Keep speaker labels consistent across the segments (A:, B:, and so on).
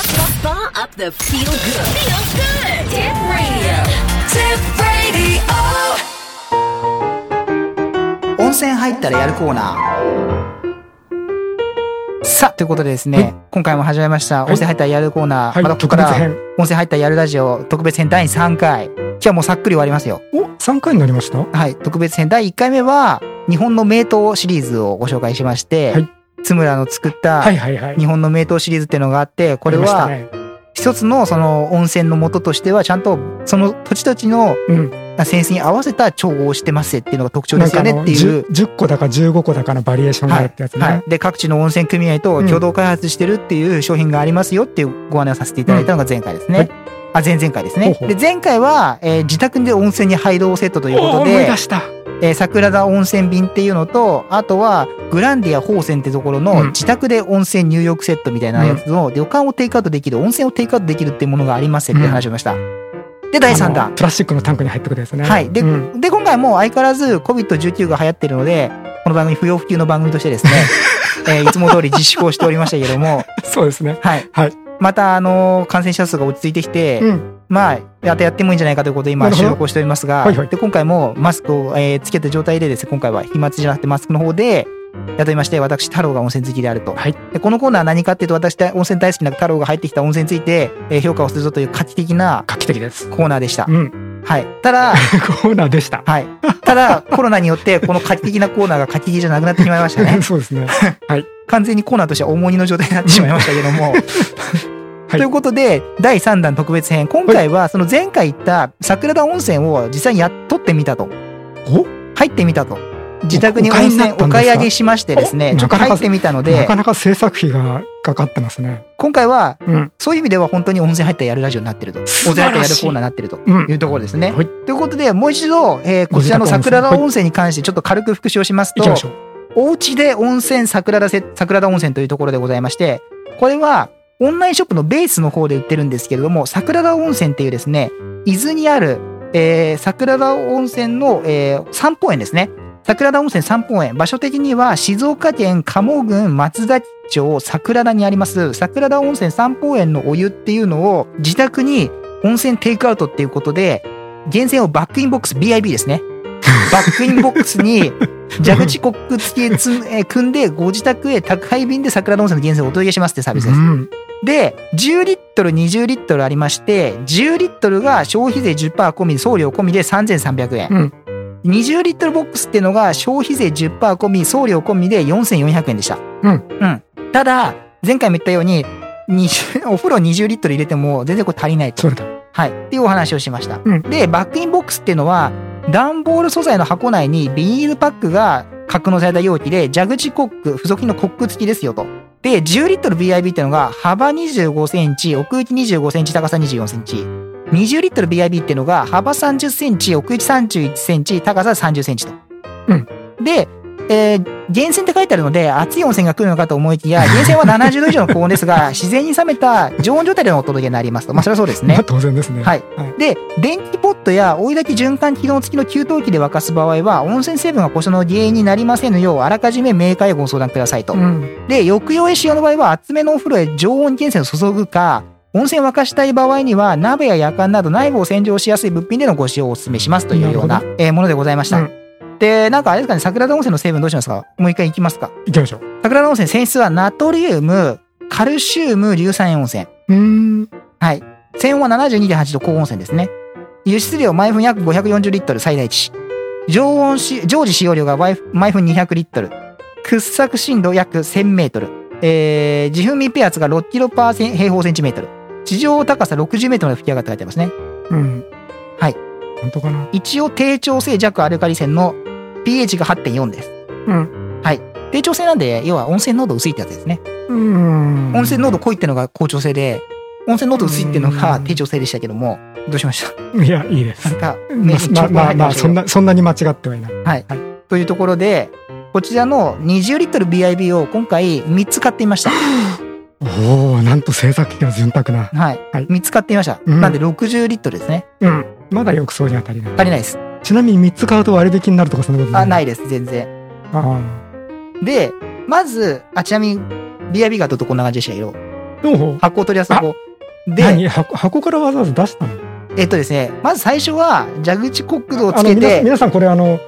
A: Stir up the feel good. Feel good. Tip radio. Tip radio.
B: 温泉入ったらやるコーナー。さあ、ということでですね、
C: はい
B: 今回も始めました、
C: はい
B: 温泉入ったらやるコーナー、
C: はい
B: またここから、
C: 特別編
B: 温泉入ったらやるラジオ特別編第3回。今日はもうさっくり終わりますよ。
C: お、3回になりましたは
B: はい、特別編第1回目は、日本の名刀シリーズをご紹介しまして、
C: はい
B: 津村の作った、
C: いはいはい。
B: 日本の名刀シリーズっていうのがあって、これは、
C: ありましたね
B: 一つのその温泉の元としては、ちゃんとその土地土地の
C: うん。
B: センスに合わせた調合をしてますっていうのが特徴
C: な
B: で
C: ん
B: す
C: か
B: よ
C: あ
B: ねっ
C: の
B: ていう
C: 10, 10個だか15個だかのバリエーションがあるってやつね。
B: はい、で各地の温泉組合と共同開発してるっていう商品がありますよっていうご案内をさせていただいたのが前回ですね。
C: はい
B: あ前々回です
C: ほう
B: ね。
C: ほう
B: で前回は、えー自宅で温泉に入ろうセットというこ
C: お
B: と
C: 思い
B: で
C: 出、した。
B: えー桜田温泉便っていうのとあとはグランディア宝泉ってところ
C: う
B: の
C: ん
B: 自宅で温泉入浴セットみたいなやつの旅館をテイクアウトできる温泉をテイクアウトできるっていうものがありますっていう話をしました。で第3
C: あ
B: 弾
C: の。プラスチックのタンクに入ってくるやつね。
B: はい。で、
C: うん
B: で、今回も相変わらず COVID-19 が流行ってるので、この番組不要不急の番組として ですね、えーいつも通り自粛をしておりましたけども、
C: そうですね。
B: はい。
C: はい
B: また、あのー感染者数が落ち着いてきて、
C: うん。
B: まあ、またやってもいいんじゃないかということで
C: な
B: 今
C: るほど
B: 収録をしておりますが、
C: はいはい
B: で、今回もマスクを、えーつけた状態でですね、今回は飛沫じゃなくてマスクの方で、雇いまして、私、太郎が温泉好きであると。
C: はい
B: でこのコーナーは何かっていうと、私、温泉大好きな太郎が入ってきた温泉について、えー評価をするぞという画期的な
C: 画期的です。
B: コーナーでした
C: う。ん。
B: はい。ただ、
C: コーナーでした。。
B: はい。ただ、コロナによって、この画期的なコーナーが画期的じゃなくなってしまいましたね
C: そうですね。
B: 完全にコーナーとしては重荷の状態になってしまいましたけども。
C: はい
B: ということで、第3弾特別編。今回は、その前回行った桜田温泉を実際にやっとってみたと。
C: お
B: 入ってみたと。自宅に
C: お
B: 温
C: 買いにな
B: 泉
C: った
B: お
C: んですか
B: 買い上げしましてですね、
C: お
B: ちょっと
C: なかなか
B: 入ってみたの
C: な
B: で
C: か、なか制作費がかかってますね。
B: 今回は、
C: うん。
B: そういう意味では本当に温泉入ったらやるラジオになってると。温
C: 素
B: 泉入った
C: 晴
B: ら
C: ら
B: や
C: しい
B: るコーナーになってると。
C: うん
B: い。うところですね。
C: はい
B: ということで、もう一度、えーこちらの
C: ご自宅温泉
B: 桜田温泉に関してちょっと軽く復習をしますと
C: 行き、ましょう。
B: おうちで温泉桜田せ桜田温泉というところでございまして、これはオンラインショップのベースの方で売ってるんですけれども、桜田温泉っていうですね、伊豆にある、えー桜田温泉の、えー三方園ですね。桜田温泉三方園。場所的には静岡県鴨郡松崎町桜田にあります、桜田温泉三方園のお湯っていうのを自宅に温泉テイクアウトっていうことで、源泉をバックインボックス BIB ですね。バックインボックスに蛇口コック付きでつ、えー組んでご自宅へ宅配便で桜田温泉の源泉をお届けしますってサービスです。
C: うん。
B: で、10リットル、20リットルありまして、10リットルが消費税10%込み、送料込みで3300円。
C: うん
B: 20リットルボックスっていうのが消費税10%込み、送料込みで4400円でした。
C: うん
B: うんただ、前回も言ったように、20お風呂20リットル入れても全然これ足りないと。
C: それだ。
B: はい。っていうお話をしました。
C: うん
B: で、バックインボックスっていうのは、段ボール素材の箱内にビニールパックが格納された容器で、蛇口コック、付属品のコック付きですよと。で、10リットル BIB っていうのが、幅25センチ、奥行き25センチ、高さ24センチ。20リットル BIB っていうのが、幅30センチ、奥行き31センチ、高さ30センチと。
C: うん
B: で、えー、源泉って書いてあるので、熱い温泉が来るのかと思いきや、源泉は70度以上の高温ですが、自然に冷めた常温状態でのお届けになりますと。まあ、それはそうですね
C: まあ。当然ですね。
B: はい。で、電気ポットや追い炊き循環機能付きの給湯器で沸かす場合は、温泉成分が故障の原因になりませんのよう、あらかじめメーカーへご相談くださいと。
C: うん。
B: で、浴用へ使用の場合は、厚めのお風呂へ常温源泉を注ぐか、温泉を沸かしたい場合には、鍋や夜間など内部を洗浄しやすい物品でのご使用をお勧めしますというような
C: な
B: えーものでございました。
C: うん
B: で、なんかあれですかね、桜田温泉の成分どうしますかもう一回いきますか。
C: 行きましょう。
B: 桜田温泉、泉質はナトリウム、カルシウム、硫酸塩温泉。
C: うーん。
B: はい。泉温は72.8度高温泉ですね。輸出量毎分約540リットル最大値。常温し、常時使用量が毎分毎分200リットル。掘削深度約1000メートル。えー、自噴密閉圧が6キロパーセン平方センチメートル。地上高さ60メートルまで吹き上がって書いてありますね。
C: うん。
B: はい。
C: 本当かな
B: 一応低調性弱アルカリ泉の pH が8.4です。
C: うん。
B: はい。低調性なんで、要は温泉濃度薄いってやつですね。
C: うん
B: 温泉濃度濃いってのが高調性で、温泉濃度薄いってのが低調性でしたけども、どうしました
C: いや、いいです
B: な。んか、名刺
C: まあ
B: 直
C: まあ
B: 入って
C: ま
B: ま
C: あ、
B: し
C: そ
B: た
C: ん
B: けど
C: な、そんなに間違ってはいない。
B: はい。というところで、こちらの20リットル BIB を今回3つ買ってみました。
C: おお、なんと制作費が潤沢な。
B: はい。
C: はい
B: 3つ買ってみました。
C: うん
B: なんで60リットルですね。
C: うん。まだ浴槽に当たりない。
B: 足りないです。
C: ちなみに3つ買うと割引になるとかそんなこと。
B: あ、ないいです、全然。
C: あ
B: で、まず、あ、ちなみに、BIB がどうとこんな感じでしたよ。
C: あ。どう
B: 箱を取り出す箱。で、
C: 何箱箱からわざわざ出したの
B: えっとですね、まず最初は蛇口コックドをつ
C: あの
B: け
C: 皆
B: て、
C: 皆さんこれあの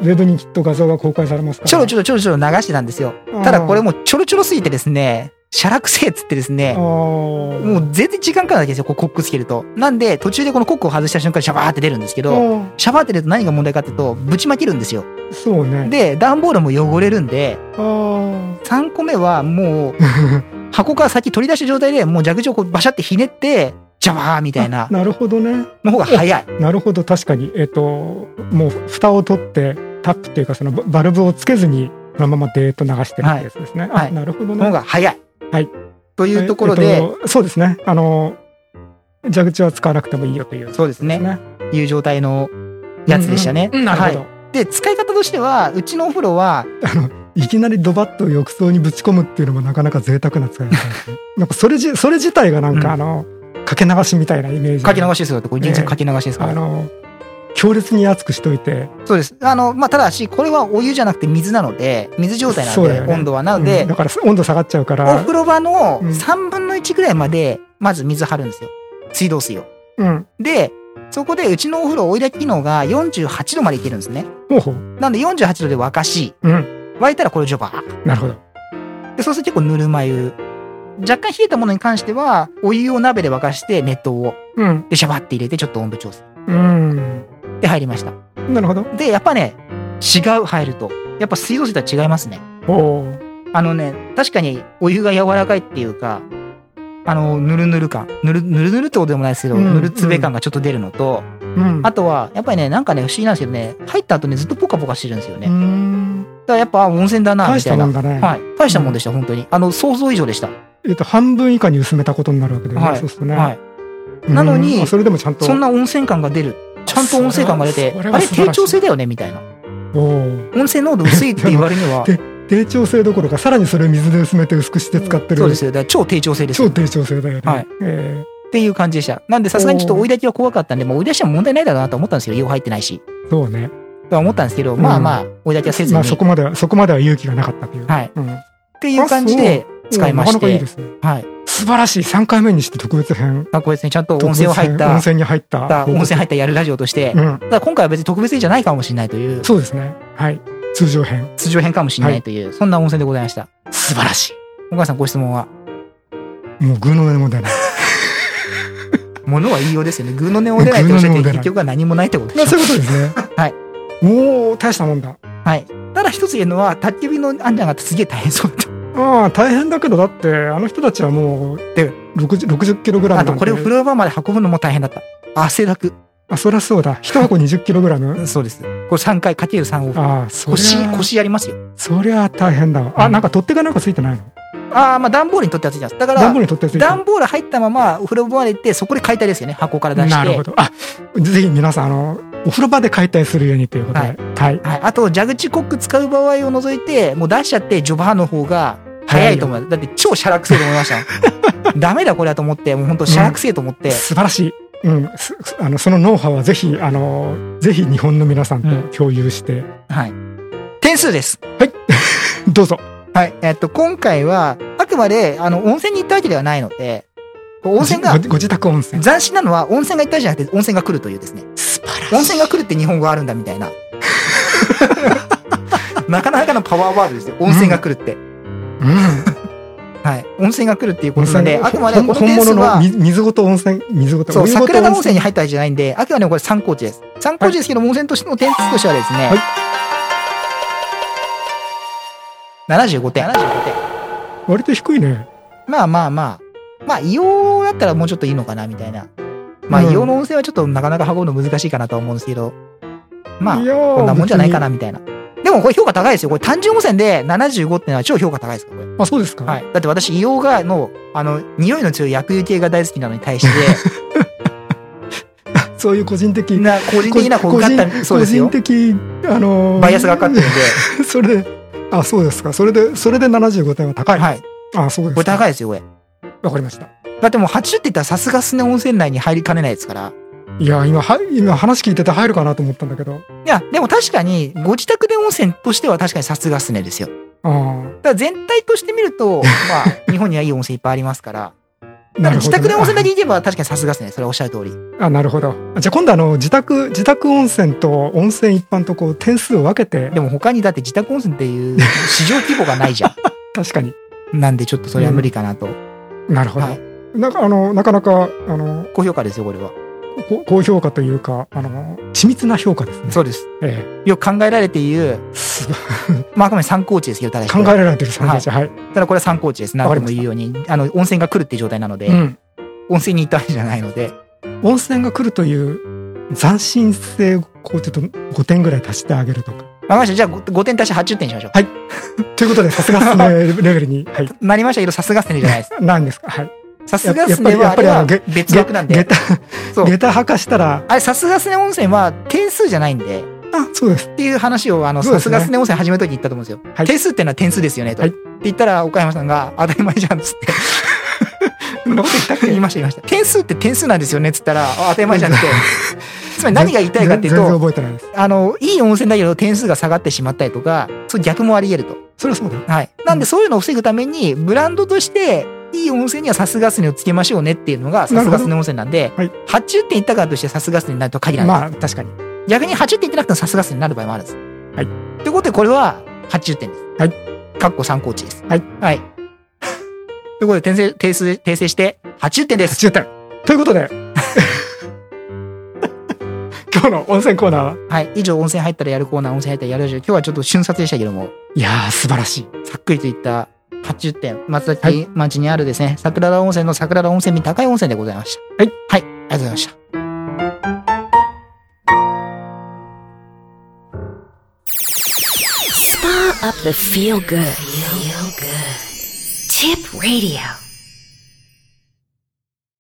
C: ウェブにきっと画像が公開されますから
B: ちょろちょろちょろちょろ流してたんですよ。ただこれもうちょろちょろすぎてですね、シャラくせえっつってです
C: あ
B: ね、
C: ー
B: もう全然時間かかるわけですよ、こうコックつけると。なんで、途中でこのコックを外した瞬間にシャバーって出るんですけど、
C: あ
B: シャバーって出ると何が問題かっていうと、ぶちまけるんですよ。
C: ーそうね
B: で、段ボールも汚れるんで、
C: あー
B: 3個目はもう、箱から先取り出した状態でもう蛇口をこうバシャってひねって、ジャバーみたい な、
C: なるほどね
B: の方が早い。
C: なるほど確かにえっ、ともう蓋を取ってタップっていうかそのババルブをつけずにそのままデーッと流してるってやつですね、あ
B: はい
C: なるほど
B: の
C: ね
B: 方が早い。
C: はい。
B: というところで、
C: えっとそうですねあの蛇口は使わなくてもいいよという
B: そうですね。
C: ね
B: いう状態のやつでしたね。
C: うんなるほど、
B: はい。で、使い方としては、うちのお風呂は、
C: い、きなりドバッと浴槽にぶち込むっていうのもなかなか贅沢な使い方ですねなんかそれじそれ自体がなんか、
B: うん
C: あのかけ流しみたいなイメージ
B: かけ流しですよって、これ現実かけ流しですか
C: あ
B: ら。
C: の強烈に熱くしといて
B: そうです。あの、まあ、ただし、これはお湯じゃなくて水なので、水状態な
C: そ
B: の
C: うだ
B: で、
C: よね
B: 温度は。なの
C: う
B: で
C: ん、だから温度下がっちゃうか
B: お
C: ら
B: 風呂場の
C: うん
B: 3分の1ぐらいまで、まず水張るんですよ。水道水を。
C: うん
B: で、そこでうちのお風呂おいらき機能が48度までいけるんですね。
C: ほうほう
B: なんで48度で沸かし、
C: うん
B: 沸いたらこれをジョバー。
C: なるほど
B: で、そうすると結構ぬるま湯。若干冷えたものに関しては、お湯を鍋で沸かして熱湯を。
C: うん
B: で、シャバって入れてちょっと温度調整。
C: うん
B: で、入りました。
C: なるほど
B: で、やっぱね、違う入ると。やっぱ水道水とは違いますね。
C: おう
B: あのね、確かにお湯が柔らかいっていうか、あの、ぬるぬる感。ぬる、ぬるぬるってことでもないですけど、
C: うん
B: ぬるつべ感がちょっと出るのと、
C: うん
B: あとは、やっぱりね、なんかね、不思議なんですけどね、入った後ね、ずっとポカポカしてるんですよね。
C: う
B: だか
C: ん
B: らやっぱ、あ温泉だな、
C: 大
B: み
C: したた
B: い
C: も
B: な。
C: んだね、
B: はい。大したもんでした、本当に。あの、想像以上でした。
C: えっと半分以下に薄めたことになるわけだよね、
B: はい
C: そうするとね、
B: はい。
C: うん
B: なのに
C: あそれでもちゃんと
B: そんな温泉感が出る。ちゃんと温泉感が出て、
C: それ
B: あれ、
C: はそれは素晴らしい
B: 低調性だよね、みたいな。
C: おう
B: 温泉濃度薄いって言われるに は、
C: 低調性どころかさらにそれを水で薄めて薄くして使ってる、
B: そうですよ。だから超低調性ですよ。
C: 超
B: っ
C: 低調性だよね、
B: はい
C: え
B: ていう感じでした。なんで、さすがにちょっと追い出きは怖かったんで、もう追い出しても問題ないだろうなと思ったんですよ。用入ってないし。
C: ーそうね
B: とは思ったんですけど、
C: うん
B: まあまあ、追い出きはせずに。
C: まあそこまではそこまでは勇気がなかったという、
B: はい。っ
C: うん
B: ていう感じで使いまし
C: なかなかいい
B: て
C: で、すね
B: はい。
C: 素晴らしい3回目にして特別編
B: まあ、これですね、ちゃんと温泉を入っ
C: 特別編温
B: た、
C: 泉に入った
B: 温泉入ったやるラジオとして、
C: うん
B: ただ今回は別に特別にじゃないかもしれないという、
C: そうですねはい通常編
B: 通常編かもしれないという、そんな温泉でございました。
C: 素晴らし
B: お母さんご質問は
C: いもう偶の根も出ない
B: 物は言いようですよね。ぐの音を出ないとおっしゃって
C: ぐの音を出ない
B: 結局は何もないってこと
C: ま
B: で
C: あ
B: し
C: そ
B: ょ
C: ういうことですね
B: はい
C: おお大したもんだ
B: はい。ただ一つ言えるのは、焚き火のあんちゃんがすげえ大変そうだっ
C: ああ大変だけどだってあの人たちはもう
B: で
C: 60 60キログラ
B: た。
C: ム
B: あとこれを風呂場まで運ぶのも大変だった。汗だく。
C: あそりゃそうだ一箱20キログラム
B: そうです。これ3回かける3往復。
C: ああそり
B: 腰、
C: ゃ
B: 腰やりますよ。
C: そりゃ大変だわあなんか取っ手がなんかついてないの
B: ああ、まあ段ボールにとってはついてます。だか
C: 段
B: ら
C: ボー、ルに取っ手ついてる
B: 段ボール入ったままお風呂場まで行って、そこで解体ですよね。箱から出して。
C: なるほど。あ、ぜひ皆さん、あの、お風呂場で解体するようにということで。
B: は
C: はいい。
B: はい、あと蛇口コック使う場合を除いてもう出しちゃってジョバーの方が早いと思うだって超シャラくせえと思いました ダメだこれだと思ってもう本当シャラくせえと思って、
C: 素晴らしい。うん。すすあの、そのノウハウはぜひ、あの、ぜひ日本の皆さん
B: うん
C: と共有して、
B: はい点数です
C: どうぞ。
B: はいえっと今回はあくまであの温泉に行ったわけではないのでこう温泉が
C: ごごご自宅温泉。
B: 斬新なのは温泉が行ったじゃなくて温泉が来るというですね
C: 素晴らしい。
B: 温泉が来るって日本語あるんだみたいな なかなかのパワーワードですよ温泉が来るって、はい温泉が来るっていう
C: うん。
B: ことなんであくまでこ
C: ほ
B: の
C: ん本
B: 点数
C: 物の
B: は
C: み水ごと温泉、水ごと
B: そう、
C: お湯ごと
B: 桜田温泉
C: に
B: に入ったわけじゃないんで、あくまでもこれ参考値です。参考値ですけど、温泉としての点数としてはですね、
C: はい
B: 75点。75点。
C: 割と低いね。
B: まあまあまあ、まあ、硫黄だったらもうちょっといいのかな、みたいな。まあ、
C: うん
B: 硫黄の温泉はちょっとなかなか運ぶの難しいかなとは思うんですけど、まあ、
C: いやー
B: こんなもんじゃないかな、みたいな。でもこれ評価高いですよ。これ単純温泉で75ってのは超評価高いですよこれ
C: 別に。あ、そうですか。
B: はい。だって私、硫黄がの、あの、匂いの強い薬油系が大好きなのに対 して、
C: そういう個人的。
B: みんな個人的なこう、
C: 個
B: ガ
C: 人
B: ッタ、そう
C: 個
B: ですよ
C: 人。的、あのー
B: バイアスがかかってるんで、
C: それで、あ、そうですか。それで、それで75点は高い。
B: はい。
C: あ、そうです
B: これ
C: か。
B: 高いですよ、これ。
C: わかりました。
B: だってもう80って言ったらさすがすね温泉内に入りかねないですから。
C: いや、今、は、今話聞いてて入るかなと思ったんだけど。
B: いや、でも確かに、ご自宅で温泉としては確かにさすがすねですよ。
C: ああ。
B: ただ全体として見ると、まあ、日本にはいい温泉いっぱいありますから、だから
C: なるほ
B: 自
C: ど
B: 宅で温泉だけ行けば確かにさすがですね。それはおっしゃる通り。
C: あなるほどじゃあ今度あの自宅自宅温泉と温泉一般とこう点数を分けて
B: でも他にだって自宅温泉っていう市場規模がないじゃ
C: 確かに
B: ん。なんでちょっとそれは無理かなと。
C: なるほど、
B: はい
C: なんかあのなかなかあの
B: 高評価ですよ、これは。
C: 高高評価というかあの緻密な評価ですね
B: そうです。
C: え
B: よく考えられている、
C: えす
B: まあ、あくまで参考値ですけど、ただし
C: 考えられてる参加者はい、
B: ただこれは参考値です。何
C: わか
B: 度
C: りま
B: も
C: した
B: 言うように、あの、温泉が来るっていう状態なので、
C: うん、
B: 温泉に行ったわけじゃないので、
C: 温泉が来るという斬新性をこうちょっと5点ぐらい足してあげるとか
B: わかりました。じゃあ 5, 点足して80点にしましょう。
C: はいということでさすがっすね レベルにはい
B: なりましたけど、さすがっすねじゃないです。
C: 何ですかはい
B: さすがっすねは
C: やっ
B: あれ
C: ぱりや
B: は
C: っぱりあのげ
B: 別枠なん
C: 下
B: で。そ
C: 駄
B: う
C: 下駄吐かしたら
B: あれ、さすがっすね温泉は点数じゃないんで、
C: あそうです
B: っていう話を、あの、
C: そ
B: さ
C: うですすね
B: がっすね温泉始めるときに言ったと思うんですよ。
C: はい
B: 点数ってのは点数ですよね、と。
C: はい
B: って言ったら、岡山さんが、当たり前じゃん、つって。そんなこと言ったっけ言いま した、言いました。点数って点数なんですよね、つったら、あ当たり前じゃんって。 つまり何が言いたいかっていう
C: 全然
B: と、
C: 覚えてないです
B: あの、いい温泉だけど点数が下がってしまったりとか、そう逆もあり得る
C: それはそうだよ
B: と。はい。なんでそういうのを防ぐために、ブランドとして、いい温泉にはさすがすねをつけましょうねっていうのが、
C: な
B: さ
C: る
B: す
C: ほど
B: がすね温泉なんで、
C: はい
B: 80点いったからとしてさすがすねになると限らない。
C: まあ確かに
B: 逆に80点いってなくてもさすがすねになる場合もあるんです。。
C: はい
B: ということで、これは80点です。。
C: はい
B: かっこ参考値です。
C: はい。
B: はい。 ということで、訂正、訂正、訂正して、80点です。
C: 80点というこ とで今日の温泉コーナーは
B: はい。以上、温泉入ったらやるコーナー、温泉入ったらやるラジオ今日はちょっと瞬殺でしたけども、
C: いやー素晴らしい
B: さっくりといった80点、松
C: は
B: 崎
C: い
B: 町にあるですね、桜田温泉の桜田温泉に高い温泉でございました。
C: はい。
B: はい、ありがとうございました。
A: Spa up the feel good. Feel good. Tip radio.